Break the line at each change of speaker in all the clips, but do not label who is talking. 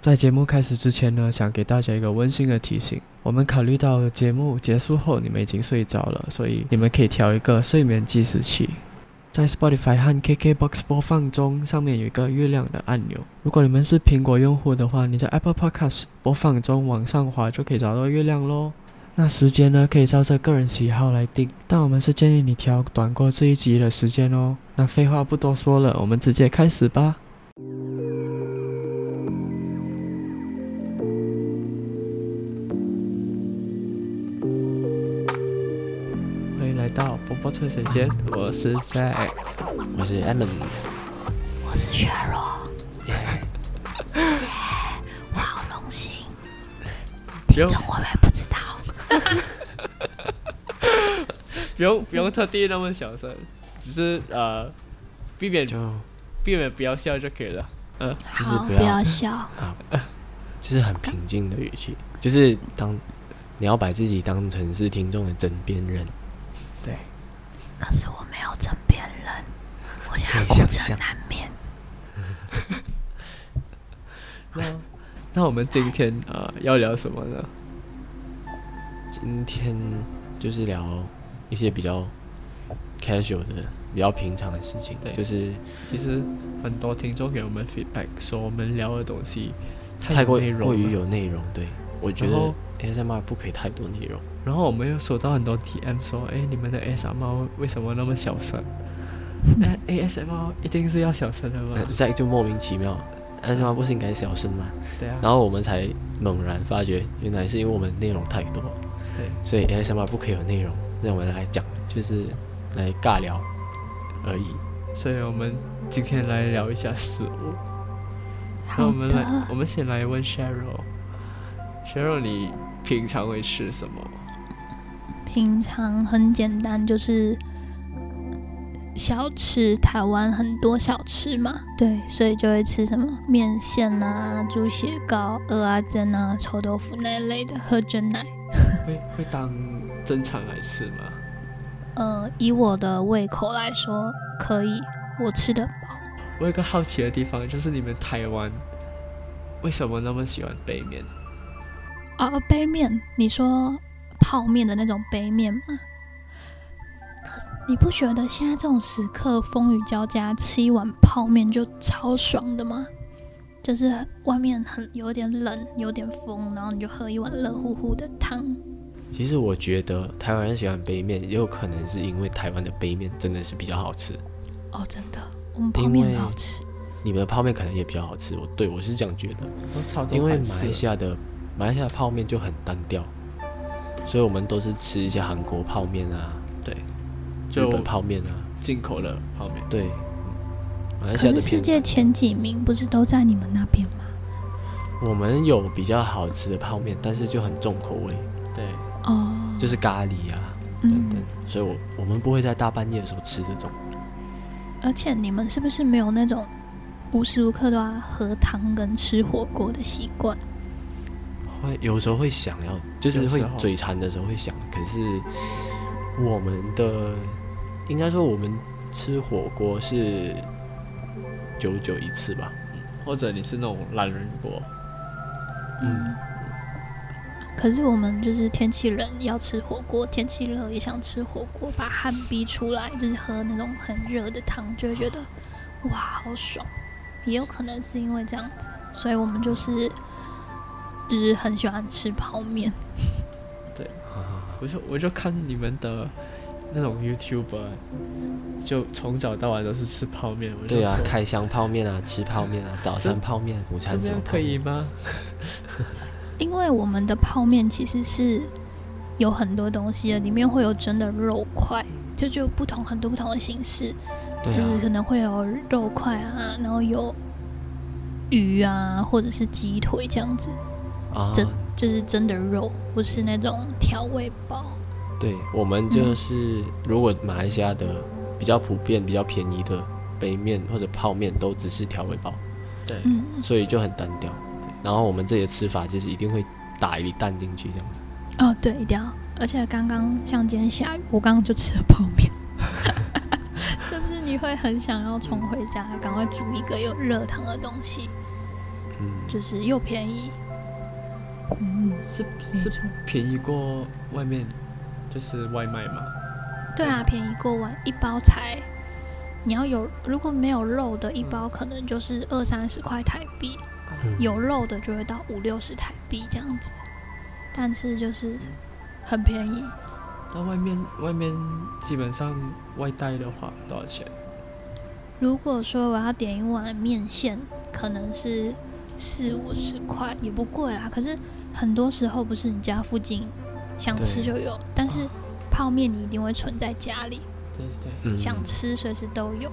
在节目开始之前呢，想给大家一个温馨的提醒。我们考虑到节目结束后你们已经睡着了，所以你们可以调一个睡眠计时器。在 Spotify 和 KKBox 播放中，上面有一个月亮的按钮。如果你们是苹果用户的话，你在 Apple Podcast 播放中往上滑就可以找到月亮喽。那时间呢，可以照着个人喜好来定，但我们是建议你调短过这一集的时间哦。那废话不多说了，我们直接开始吧。欢迎来到波波车水间，我是 Jack。
我是 Emily，
我是雪若，我好荣幸，
不用
这我们不知道。
不用不用特地那么小声，只是呃避免
就
避免不要笑就可以了。
就是
好，
不
不
要
要笑。
就是很平静的语气，就是当你要把自己当成是听众的枕边人，
可是我没有枕边人，我现
可
在
以想
孤枕
象
难眠。
那那我们今天呃要聊什么呢？
今天就是聊一些比较 casual 的、比较平常的事情
对，
就是
其实很多听众给我们 feedback 说我们聊的东西
太过
有内容
过于
了，
有内容。对，我觉
然后
得 ASMR 不可以太多内容。
然后我们又收到很多 DM 说，哎，你们的 ASMR 为什么那么小 声？ 哎那 ASMR 一定是要小声 的吗？
再呃就莫名其妙，ASMR 不是应该小声吗？
对啊，
然后我们才猛然发觉，原来是因为我们内容太多，
对，
所以 ASMR 不可以有内容，让我们来讲，就是来尬聊而已。
所以我们今天来聊一下食物。那我
好
们来，
的，
我们先来问 Cheryl。Cheryl，你平常会吃什么？
平常很简单，就是小吃，台湾很多小吃嘛，对，所以就会吃什么面线啊、猪血糕、鹅啊煎啊、臭豆腐那一类的，喝真奶。
会会当正常来吃吗？
呃，以我的胃口来说，可以，我吃得饱。
我有个好奇的地方，就是你们台湾为什么那么喜欢杯面？
啊，杯面，你说泡面的那种杯面吗？可是你不觉得现在这种时刻风雨交加，吃一碗泡面就超爽的吗？就是外面很有点冷，有点风，然后你就喝一碗热乎乎的汤。
其实我觉得台湾人喜欢杯面，也有可能是因为台湾的杯面真的是比较好吃，
哦，真的，我们泡面
因为
很好吃。
你们的泡面可能也比较好吃。我对我是这样觉得，
我超多
因为
款
马
式
来西亚的马来西亚的泡面就很单调，所以我们都是吃一些韩国泡面啊、日
就
本泡面啊，
进口的泡面，
对。马来西
可
亚的
是
偏
世界前几名不是都在你们那边吗？
我们有比较好吃的泡面，但是就很重口味，
对，
哦，
就是咖喱啊等
嗯
等，，所以我我们不会在大半夜的时候吃这种。
而且你们是不是没有那种无时无刻都要喝汤跟吃火锅的习惯？
会有时候会想要，就是
有时
会
候
嘴馋的时候会想，可是我们的应该说我们吃火锅是久久一次吧，
或者你是那种懒人锅，
嗯
嗯，可是我们就是天气冷要吃火锅，天气热也想吃火锅，把汗逼出来，就是喝那种很热的汤，就会觉得哇好爽。也有可能是因为这样子，所以我们就是就是很喜欢吃泡面。
我就我就看你们的那种 YouTuber，就从早到晚都是吃泡面，我就
对啊，
说
开箱泡面啊，吃泡面啊，早餐泡面、午
这
餐什么
样
泡
可以
面，
吗？
因为我们的泡面其实是有很多东西的，里面会有真的肉块，就就不同很多不同的形式，
对
就
啊
是，可能会有肉块啊，然后有鱼啊，或者是鸡腿这样子，
啊，
这就是真的肉，不是那种调味包。
对，我们就是、如果马来西亚的比较普遍、比较便宜的杯面或者泡面都只是调味包，
对，
嗯，
所以就很单调。然后我们这里的吃法就是一定会打一粒蛋进去这样子。
哦，对，一定要。而且刚刚像今天下雨，我刚刚就吃了泡 面，就是你会很想要冲回家，赶快煮一个有热汤的东西。
嗯，
就是又便宜。
嗯，是
没
是
错
便宜过外面，就是外卖嘛。
对啊，便宜过完一包才，你要有如果没有肉的一包，可能就是二三十块台币，
嗯
有肉的就会到五六十台币这样子，但是就是很便宜。
那外面外面基本上外带的话多少钱？
如果说我要点一碗面线，可能是四五十块，也不贵啦。可是很多时候不是你家附近想吃
对
就有，但是泡面你一定会存在家里，
对对
嗯
想吃随时都有。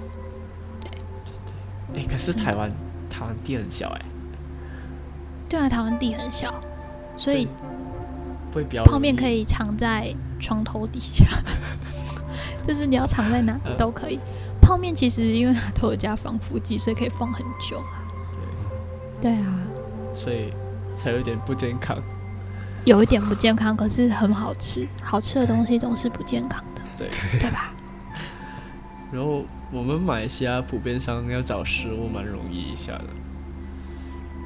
对。哎，可是
真的
台湾台湾地很小哎，
对啊，台湾地很小，所以
不会比较
泡面
容易
可以藏在床头底下， 就是你要藏在哪里
嗯
都可以。泡面其实因为它都有加防腐剂，所以可以放很久啊。对啊，
对，所以才有点不健康。
有一点不健康，可是很好吃。好吃的东西总是不健康的，
对
对吧？
然后我们马来西亚普遍上要找食物蛮容易一下的，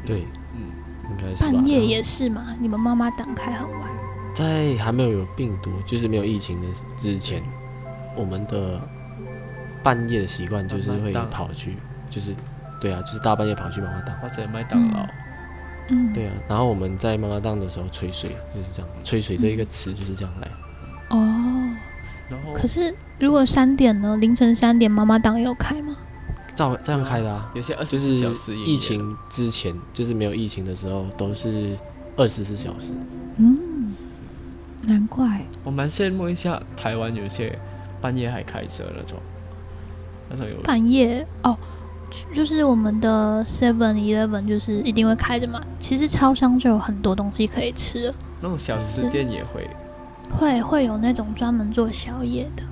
对，
嗯，
应该 是吧
半夜也是嘛，你们妈妈档开很晚，
在还没有有病毒，就是没有疫情的之前，我们的半夜的习惯就是
妈妈
会
档
跑去，就是对啊，就是大半夜跑去妈妈档。
或者麦当劳，
嗯，
对啊，然后我们在妈妈档的时候吹水，啊就是这样，吹水这一个词就是这样来。
哦。
然后
可是如果三点呢？凌晨三点妈妈档有开吗？
照这样开的啊，
有些二
就
十
是
四小时营业
疫情之前，就是没有疫情的时候，都是二十四小时。
嗯，难怪。
我蛮羡慕一下台湾有些半夜还开着那种，那种有
半夜哦，就就是我们的 Seven Eleven 就是一定会开着嘛。其实超商就有很多东西可以吃了，
那种小吃店也会，
会会有那种专门做宵夜的。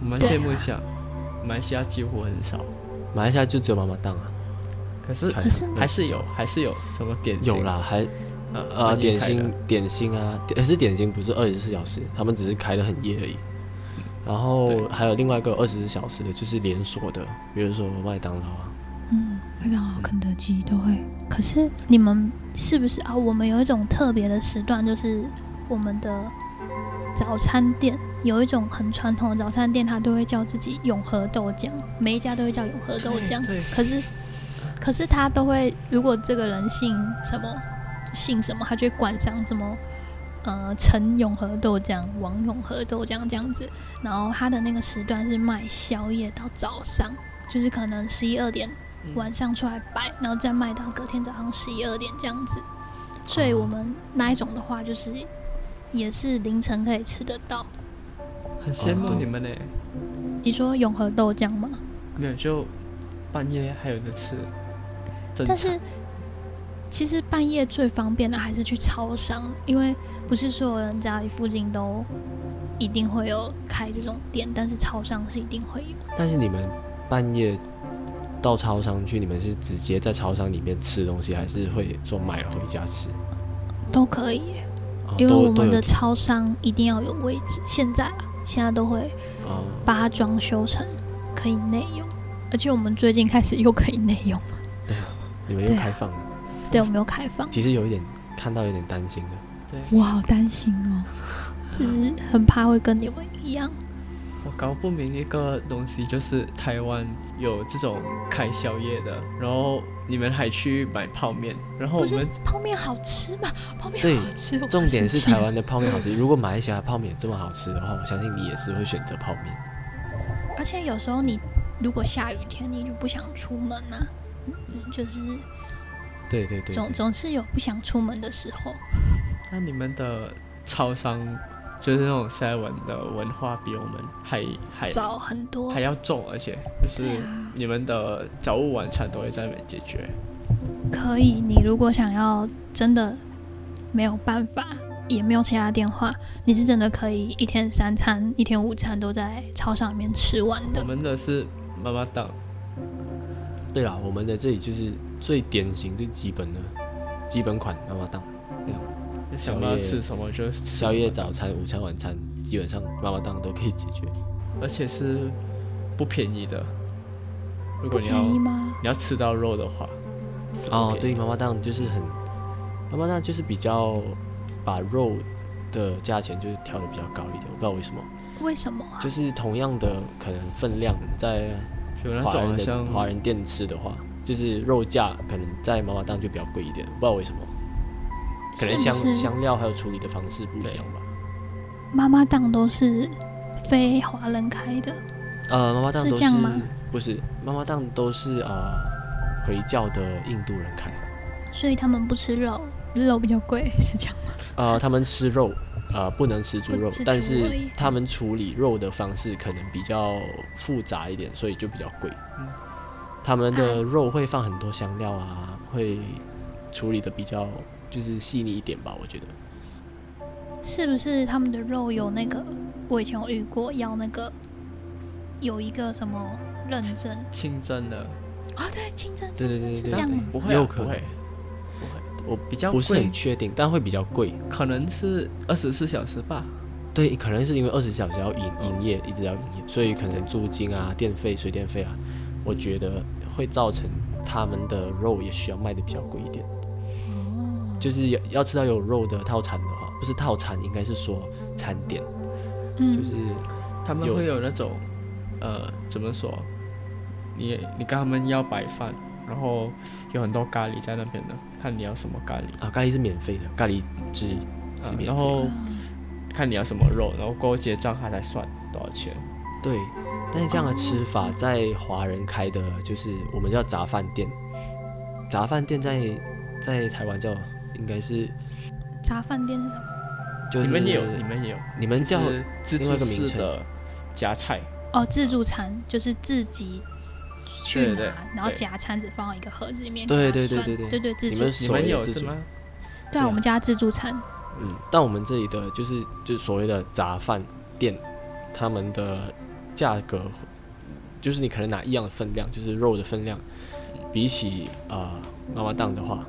我蛮
对
羡慕一下。马来西亚几乎很少，
马来西亚就只有妈妈档啊，
可是
开
呃可是
还是有，还是有什么点心
有啦，还
呃
呃点心点心啊，点是点心不是二十四小时，他们只是开的很夜而已。然后
对
还有另外一个二十四小时的，就是连锁的，比如说麦当劳啊，
嗯，麦当劳、肯德基都会。
可是你们是不是啊？我们有一种特别的时段，就是我们的早餐店有一种很传统的早餐店，它都会叫自己永和豆浆，每一家都会叫永和豆浆。
对，
可是，可是他都会，如果这个人姓什么，姓什么，他就会管上什么，呃，陈永和豆浆、王永和豆浆这样子。然后他的那个时段是卖宵夜到早上，就是可能十一二点
嗯
晚上出来摆，然后再卖到隔天早上十一二点这样子。所以我们那一种的话，就是也是凌晨可以吃得到。
很羡慕
哦
你
对
们呢。
你说永和豆浆吗？
没有就半夜还有的吃，正
但
常
是其实半夜最方便的还是去超商，因为不是所有人家里附近都一定会有开这种店，但是超商是一定会有。
但是你们半夜到超商去，你们是直接在超商里面吃东西，还是会说买回家吃？
都可以耶，
哦
因为
都
我
都
们
有
的
提
超商一定要有位置。现在啊，现在都会
哦，
把它装修成可以内用，而且我们最近开始又可以内 用了，
你们又
对啊
开放了，
对，我们又开放，
其实有一点看到有点担心的。
我好担心哦。
就是很怕会跟你们一样。
我搞不明一个东西，就是台湾有这种开宵夜的，然后你们还去买泡面，然后我
不是
们
泡面好吃吗？泡
对
面好吃，我
重点是
生气
台湾的泡面好吃，如果马来西亚的泡面也这么好吃的话，我相信你也是会选择泡面。
而且有时候你如果下雨天，你就不想出门呐、啊，嗯，就是
对对对
总
对，
总是有不想出门的时候。
那你们的超商就是那种 seven 的文化比我们还还
早很多
还，要重，而且就是
对啊
你们的早午晚餐都会在那边解决。
可以。你如果想要真的没有办法，也没有其他电话，你是真的可以一天三餐、一天午餐都在操场里面吃完
我
的。
们的是妈妈档，
对啦，我们的这里就是最典型、最基本的基本款妈妈档，
就想到
宵夜
吃什么就吃
宵夜、
什么
早餐、午餐、晚餐，基本上妈妈档都可以解决。
而且是不便宜的。如
不
果你
便
要
宜吗？
你要吃到肉的话，是
哦
OK，
对，妈妈档就是很，妈妈档就是比较把肉的价钱就是调的比较高一点，我不知道为什么，
为什么啊？
就是同样的可能分量在
有那
华
种
人
好
的
像
华人店吃的话，就是肉价可能在妈妈档就比较贵一点，不知道为什么，可能
是
香
不是
香料还有处理的方式不一样吧。
妈妈档都是非华人开的，
呃，妈妈档
是
都是
这样吗
不是妈妈档都是呃回教的印度人开，
所以他们不吃肉，
肉比较贵，是这样吗？
呃，他们吃肉，呃，不能吃猪
不
肉
吃，
但
猪而
是
已
他们处理肉的方式可能比较复杂一点，所以就比较贵。
嗯
他们的肉会放很多香料啊，会处理的比较就是细腻一点吧，我觉得。
是不是他们的肉有那个？我以前有遇过要那个有一个什么认证
清蒸的，
哦
啊、对，清蒸
对对对
是
对
这样
对，
吗？
不会、啊、
有
不
可能
会，
我
比较
不是
贵
很，确定，但会比较贵。
可能是二十四小时吧。
对，可能是因为二十小时要营营业，一直要营业，所以可能租金啊、电费、水电费啊，我觉得会造成他们的肉也需要卖的比较贵一点。
哦，
就是要要吃到有肉的套餐的话，不是套餐，应该是说餐点，
嗯，
就是
他们
有
会有那种，呃，怎么说？你你跟他们要白饭，然后有很多咖喱在那边的，看你要什么咖喱，
啊，咖喱是免费的，咖喱汁
呃
是免费的。
然后
嗯
看你要什么肉，然后过后结账他才算多少钱。
对，但是这样的吃法在华人开的，就是我们叫杂饭店，杂饭店在在台湾叫应该是
杂饭店是什么？
就是
你们也有，你们也有，
你们叫
就是自
另外
助
一个名
式
称
的夹菜，
哦，自助餐就是自己去
对
拿，
对
然后
对
夹餐子放到一个盒子里面给它
对
算。
对对对
对
对
对对，自
你
助
们
你
所
们
谓
有
的自
是
助，
吗？
对啊，我们家自助餐
嗯，但我们这里的就是就是所谓的杂饭店，他们的价格就是你可能拿一样的分量，就是肉的分量，比起啊妈妈档的话，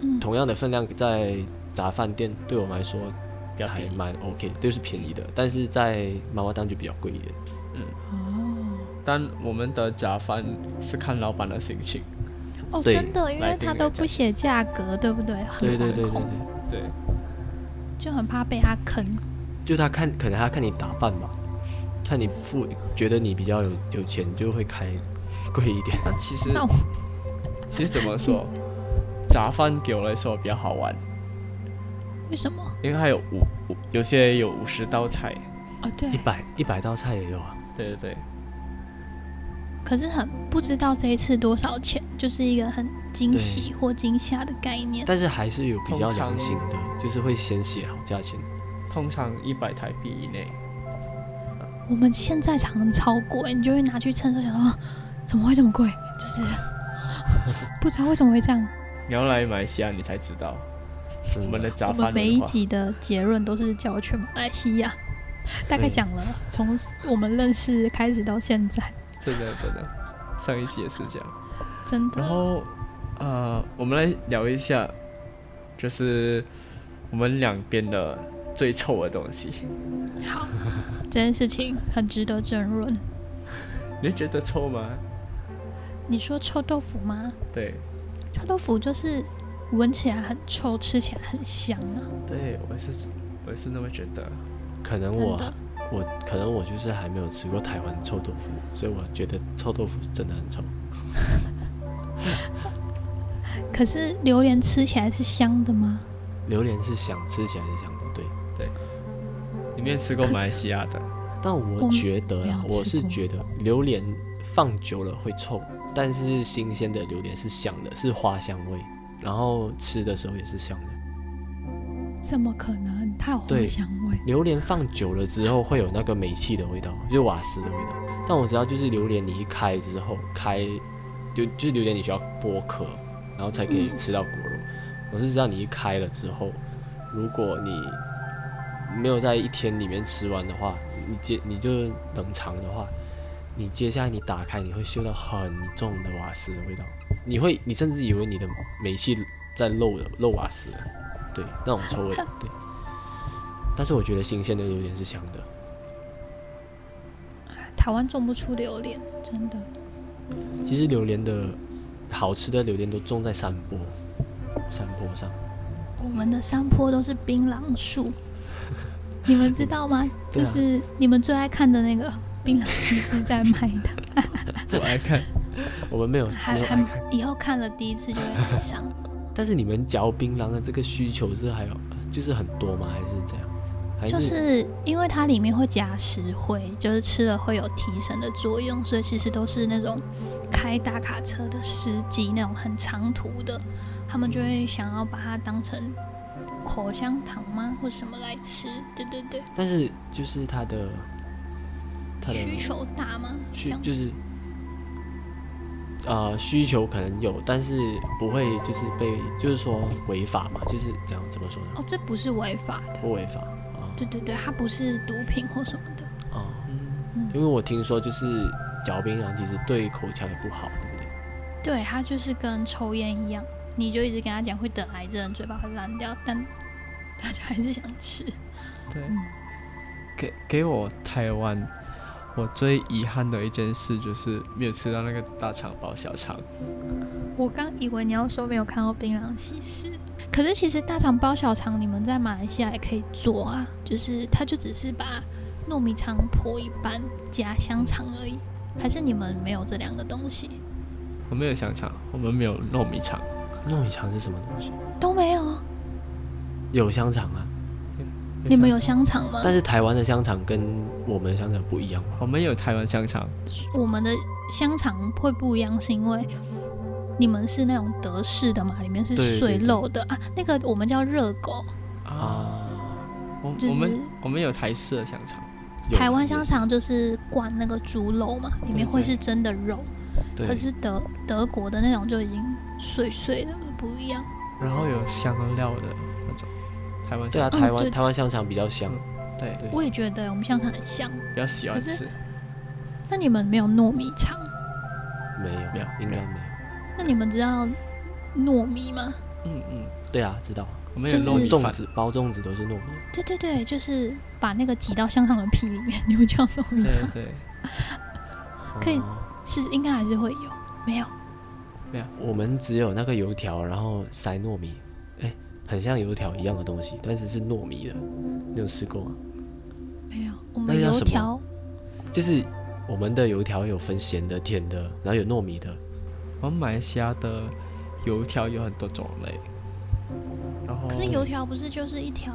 嗯
同样的分量在杂饭店对我们来说
比较
还
便宜。
蛮 OK，的就是便宜的，但是在妈妈档就比较贵一点。
哦，
但我们的夹饭是看老板的心情，
哦，
对
真的，因
来
为
定
他
那
都
个价
不写价格，对不对？很
对对对对
惶恐
对，
对，
就很怕被他坑。
就他看可能他看你打扮吧，看你付觉得你比较有有钱就会开贵一点。
但其实
那我
其实怎么说，杂饭给我来说比较好玩，
为什么？
因为它有五五，有些有五十道菜，
哦
一
对，
百一百道菜也有啊，
对对对，
可是很不知道这一次多少钱，就是一个很惊喜或惊吓的概念。
但是还是有比较
通常
良心的，就是会先写好价钱。
通常一百台币以内，
我们现在常常超过，你就会拿去称，就想说
怎么会这么贵？就是 不知道为什么会这样。
你要来马来西亚你才知道我
真
们的
的，
杂
我们
饭
每一
文化。
集的结论都是叫我去马来西亚，大概
对
讲了
从我们认识开始到现在，
真的真的，上一期也是这样。
真
然
的
后呃，我们来聊一下，就是我们两边的最臭的东西。
好，这件事情很值得争论。
你会觉得臭吗？
你说臭豆腐吗？
对
臭豆腐就是闻起来很臭，吃起来很香啊，
对，我也是我也是那么觉得。
可能
真
我
的。
我可能我就是还没有吃过台湾臭豆腐，所以我觉得臭豆腐是真的很臭。
可是榴莲吃起来是香的吗？
榴莲是香，吃起来是香的，对。
你没有吃过马来西亚 的？
但
我
我
没
觉得
没有
啊，我
吃
是
过
觉得榴莲放久了会臭，但是新鲜的榴莲是香的，是花香味，然后吃的时候也是香的。
怎么可能？它有花
对
香味。
榴莲放久了之后会有那个煤气的味道，就是瓦斯的味道。但我知道，就是榴莲你一开之后开，就就是榴莲你需要剥壳，然后才可以吃到果肉。我是知道你一开了之后，如果你没有在一天里面吃完的话，你接你就冷藏的话，你接下来你打开你会嗅到很重的瓦斯的味道，你会你甚至以为你的煤气在漏的漏瓦斯了，对，那种臭味，对。但是我觉得新鲜的榴莲是香的，
台湾种不出榴莲，真的。
其实榴莲的好吃的榴莲都种在山坡，山坡上。
我们的山坡都是槟榔 树，你们知道吗？
对
就
啊
是你们最爱看的那个槟榔西施在卖的，
不爱看。
我们没有没
还
有爱
还
看，
以后看了第一次就会爱上。
但是你们嚼槟榔的这个需求是还有就是很多吗？还是怎样？还是、
就是因为它里面会加石灰，就是吃了会有提神的作用，所以其实都是那种开大卡车的司机那种很长途的，他们就会想要把它当成口香糖吗或什么来吃？对对对，
但是就是它的它的
需求大吗？这
需
样
就是呃需求可能有，但是不会就是被就是说违法嘛？就是怎样怎么说呢？
哦，这不是违法的，
不违法啊
对对对，它不是毒品或什么的。
啊、
嗯
因为我听说就是嚼槟榔其实对口腔也不好，对不对？
对，它就是跟抽烟一样，你就一直跟他讲会得癌症，嘴巴会烂掉，但 大家还是想吃。
对
嗯，
给给我台湾，我最遗憾的一件事就是没有吃到那个大肠包小肠。
我刚以为你要说没有看过槟榔西施，可是其实大肠包小肠，你们在马来西亚也可以做啊，就是它就只是把糯米肠破一半加香肠而已，还是你们没有这两个东西
我没有香肠，我们没有糯米肠。
糯米肠是什么东西？
都没有？
有香肠啊，
你们有？香肠吗？
但是台湾的香肠跟我们的香肠不一样吧？
我们有台湾香肠，
我们的香肠会不一样，是因为你们是那种德式的嘛，里面是
对对
碎
对
肉的啊，那个我们叫热狗，
啊，
我
哦就是
我们我们有台式的香肠，
有
台湾香肠就是灌那个猪肉嘛，里面会
对
是真的肉，
对
可是德德国的那种就已经碎碎的不一样。
然后有香料的那种台湾
对
香
啊，
肠，
台湾、
哦对
台湾香肠比较香，
对，
对
我也觉得我们香肠很像，
比较喜欢
可是
吃。
那你们没有糯米肠？
没有
没有
应
没
该
有
没有。
那你们知道糯米吗？
嗯嗯，
对啊，知道
我们有
就是
糯米
粽
饭，
子包粽子都是糯米，
对对对，就是把那个挤到香肠的皮里面，你们叫糯米
对
肠，
对，
可以
哦
是应该还是会有，没有？
我们只有那个油条，然后塞糯米，哎，很像油条一样的东西，但是是糯米的。你有吃过吗？
没有，我
那
们
叫
油
什么
条
就是我们的油条有分咸的、甜的，然后有糯米的。
我们马来西亚的油条有很多种类，然后
哦可是油条不是就是一条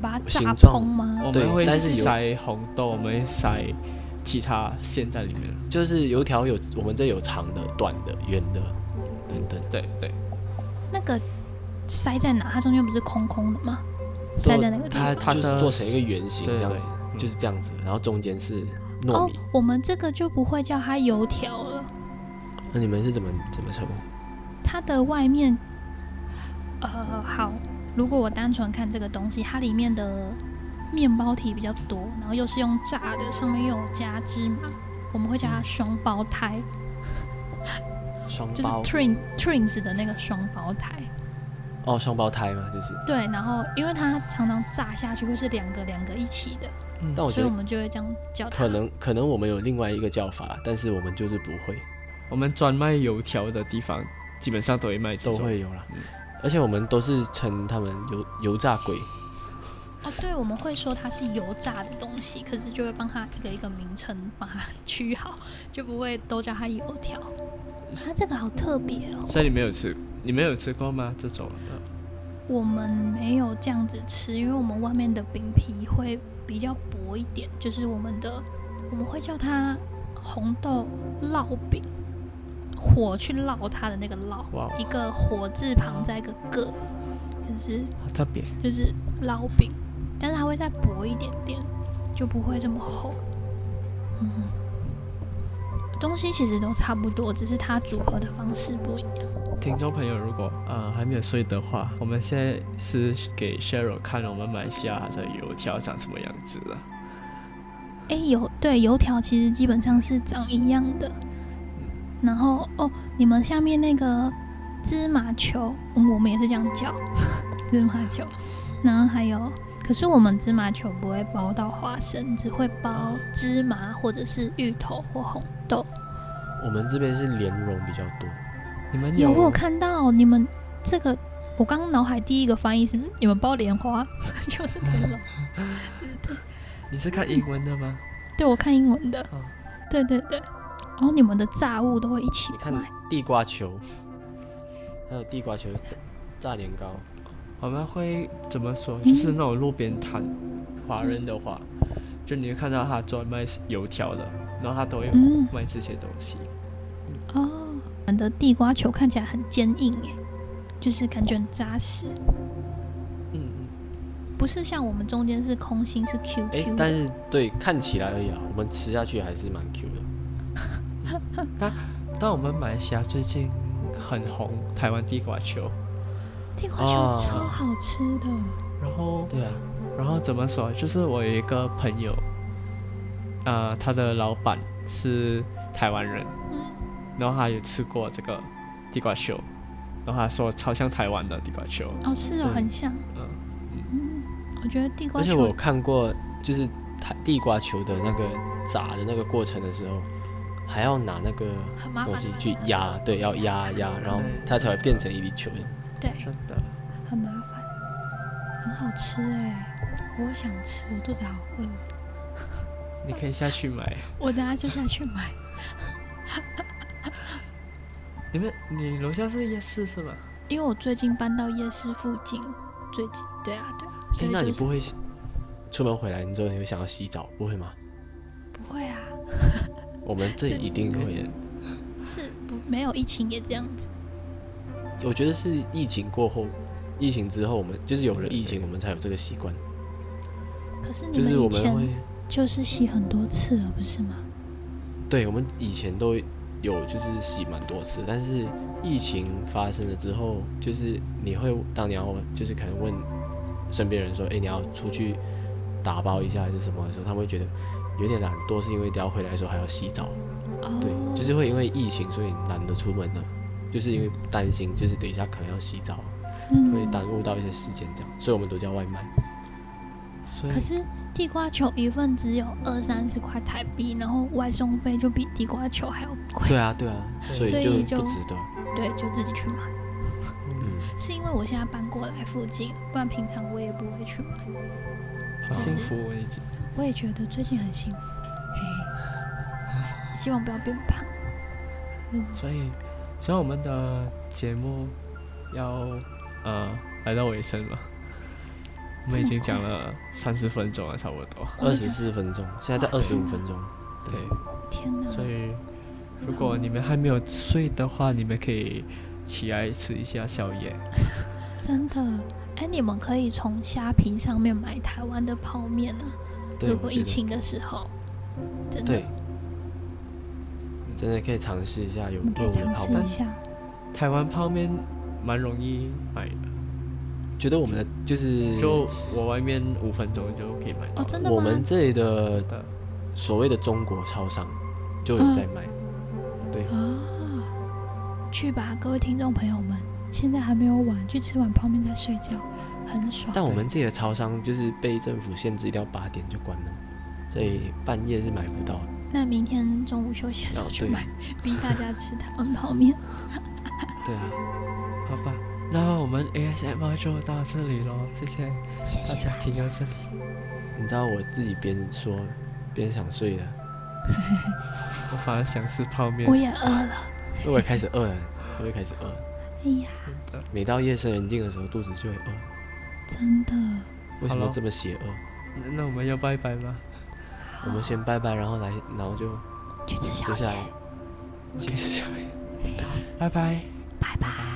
把它炸
形
蓬
状
我
吗？
对
们会
但是有
塞红豆，我们会塞其他馅在里面。
就是油条有我们这有长的、短的、圆的等等，
对对，
那个塞在哪？它中间不是空空的吗？塞在那个地
它
方。
它
就是
的
做成一个圆形
对
这
对
样子，
嗯
就是这样子，然后中间是糯
哦
米。，
我们这个就不会叫它油条了，
那你们是怎么怎么称呼？
它的外面，呃，好，如果我单纯看这个东西，它里面的面包体比较多，然后又是用炸的，上面又有加芝麻，我们会叫它双胞胎，
双
就是
胞
twin twins 的那个双胞胎。嗯
哦，双胞胎嘛，就是。
对，然后因为它常常炸下去会是两个两个一起的，
但我觉
所以我
得
们就会这样叫它。
可能可能我们有另外一个叫法，但是我们就是不会，
我们专卖油条的地方基本上都会卖这
都
种。
会有啦
嗯。
而且我们都是称他们油油炸鬼，
哦，对，我们会说它是油炸的东西，可是就会帮它一个一个名称把它区好，就不会都叫它油条。它这个好特别哦，
所以你没有吃，你没有吃过吗？这种的
我们没有这样子吃，因为我们外面的饼皮会比较薄一点，就是我们的我们会叫它红豆烙饼，火去烙它的那个烙，
哇哦，
一个火字旁加一个个，就是
好特别。
就是捞饼，但是它会再薄一点点，就不会这么厚。嗯，东西其实都差不多，只是它组合的方式不一样。
听众朋友，如果呃还没有睡的话，我们现在是给 Cheryl 看我们马来西亚的油条长什么样子了。
哎，油对油条其实基本上是长一样的。
嗯
然后哦，你们下面那个芝麻球，嗯我们也是这样叫芝麻球。然后还有，可是我们芝麻球不会包到花生，只会包芝麻或者是芋头或红豆。
我们这边是莲蓉比较多，
你们
有我有
有
看到你们这个，我刚刚脑海第一个翻译是、嗯、你们包莲花， 就是这种。
你是看英文的吗？
对我看英文的，
嗯
哦
对对对。然后你们的炸物都会一起
你看
卖，
地瓜球， 还有地瓜球炸年糕，
我们会怎么说？就是那种路边摊，华人的话，就你会看到他专卖油条的，然后他都有
嗯
卖这些东西。
哦，你们的地瓜球看起来很坚硬耶，就是感觉很扎实，
嗯嗯，
不是像我们中间是空心是 Q
哎、
Q 的。
但是对看起来而已啊，我们吃下去还是蛮 Q 的。
但我们马来西亚最近很红台湾地瓜球，
地瓜球
啊
超好吃的，
然后
对啊，
然后怎么说？就是我有一个朋友，呃，他的老板是台湾人，
嗯，
然后他有吃过这个地瓜球，然后他说超像台湾的地瓜球。
哦是哦，
对
很像，
嗯
嗯，我觉得地瓜
而且我
球
有看过，就是它地瓜球的那个炸的那个过程的时候，还要拿那个
很麻
东
烦
西，去压，对，要压压，然后它才会变成一粒球。
对，
真的，
很麻烦，很好吃哎、我想吃，我肚子好饿，
你可以下去买。
我等下就下去买。
你们，你楼下是夜市是吗？
因为我最近搬到夜市附近，最近对啊对啊，所
哎、
以
那你
就是
不会出门回来你之后你会想要洗澡，不会吗？
不会啊，
我们这里一定会的。
是不没有疫情也这样子，
我觉得是疫情过后，疫情之后，我们就是有了疫情，我们才有这个习惯，
可是你
就是
们
我
以
们会
前，就是洗很多次了，不是吗？
对我们以前都有就是洗蛮多次，但是疫情发生了之后，就是你会当你要就是可能问身边人说，哎、你要出去打包一下还是什么的时候，他们会觉得有点懒惰，是因为等一下回来的时候还要洗澡，
哦，
对，就是会因为疫情，所以懒得出门了，就是因为担心，就是等一下可能要洗澡，会
嗯，
耽误到一些时间这样，所以我们都叫外卖。
所以
可是地瓜球一份只有二三十块台币，然后外送费就比地瓜球还要贵，
对啊，对啊，所
所
以
以
就
就
不值得。
对，就自己去买。
嗯，
是因为我现在搬过来附近，不然平常我也不会去买。
好幸福，我已经。
我也觉得最近很幸福，
希望不要变胖。
所以，所以我们的节目要呃来到尾声了。我们已经讲了三十分钟了，差不多。
二十四分钟，现在
啊
在二十五分钟。
对，
天哪！
所以如果你们还没有睡的话，你们可以起来吃一下宵夜。
真的，哎，你们可以从虾皮上面买台湾的泡面啊。
对，
如果
我觉
疫
得
情的时候，真的
对，真的可以尝试一下有
我们可以
肉的
尝
泡
试
面
一。下。
台湾泡面蛮容易买的，
觉得我们的就是
就我外面五分钟就可以买到
哦，
了。
真的吗？
我们这里的
的
所谓的中国超商就有
嗯
在卖。
啊，去吧，各位听众朋友们，现在还没有晚，去吃完泡面再睡觉，很爽。
但我们自己的超商就是被政府限制，一定要八点就关门，所以半夜是买不到的。
那明天中午休息的时候
哦
去
对
买，逼大家吃台湾 泡面。
对啊，
好吧，那我们 ASMR 就到这里喽，谢谢
谢
大
谢
家
大
听
家。
到这里。
你知道我自己边说边想睡的，
我反而想吃泡面
我。也饿了，
因为我也开始饿了，我也开始饿了。
哎呀，
真的
每到夜深人静的时候，肚子就会饿。
真的。
为什
好
么
咯
这么邪恶？
那那我们要拜拜吗？
我们先拜拜，然后来，然后就
去吃
接
宵
下
夜
来，接下来。
拜拜。
拜拜。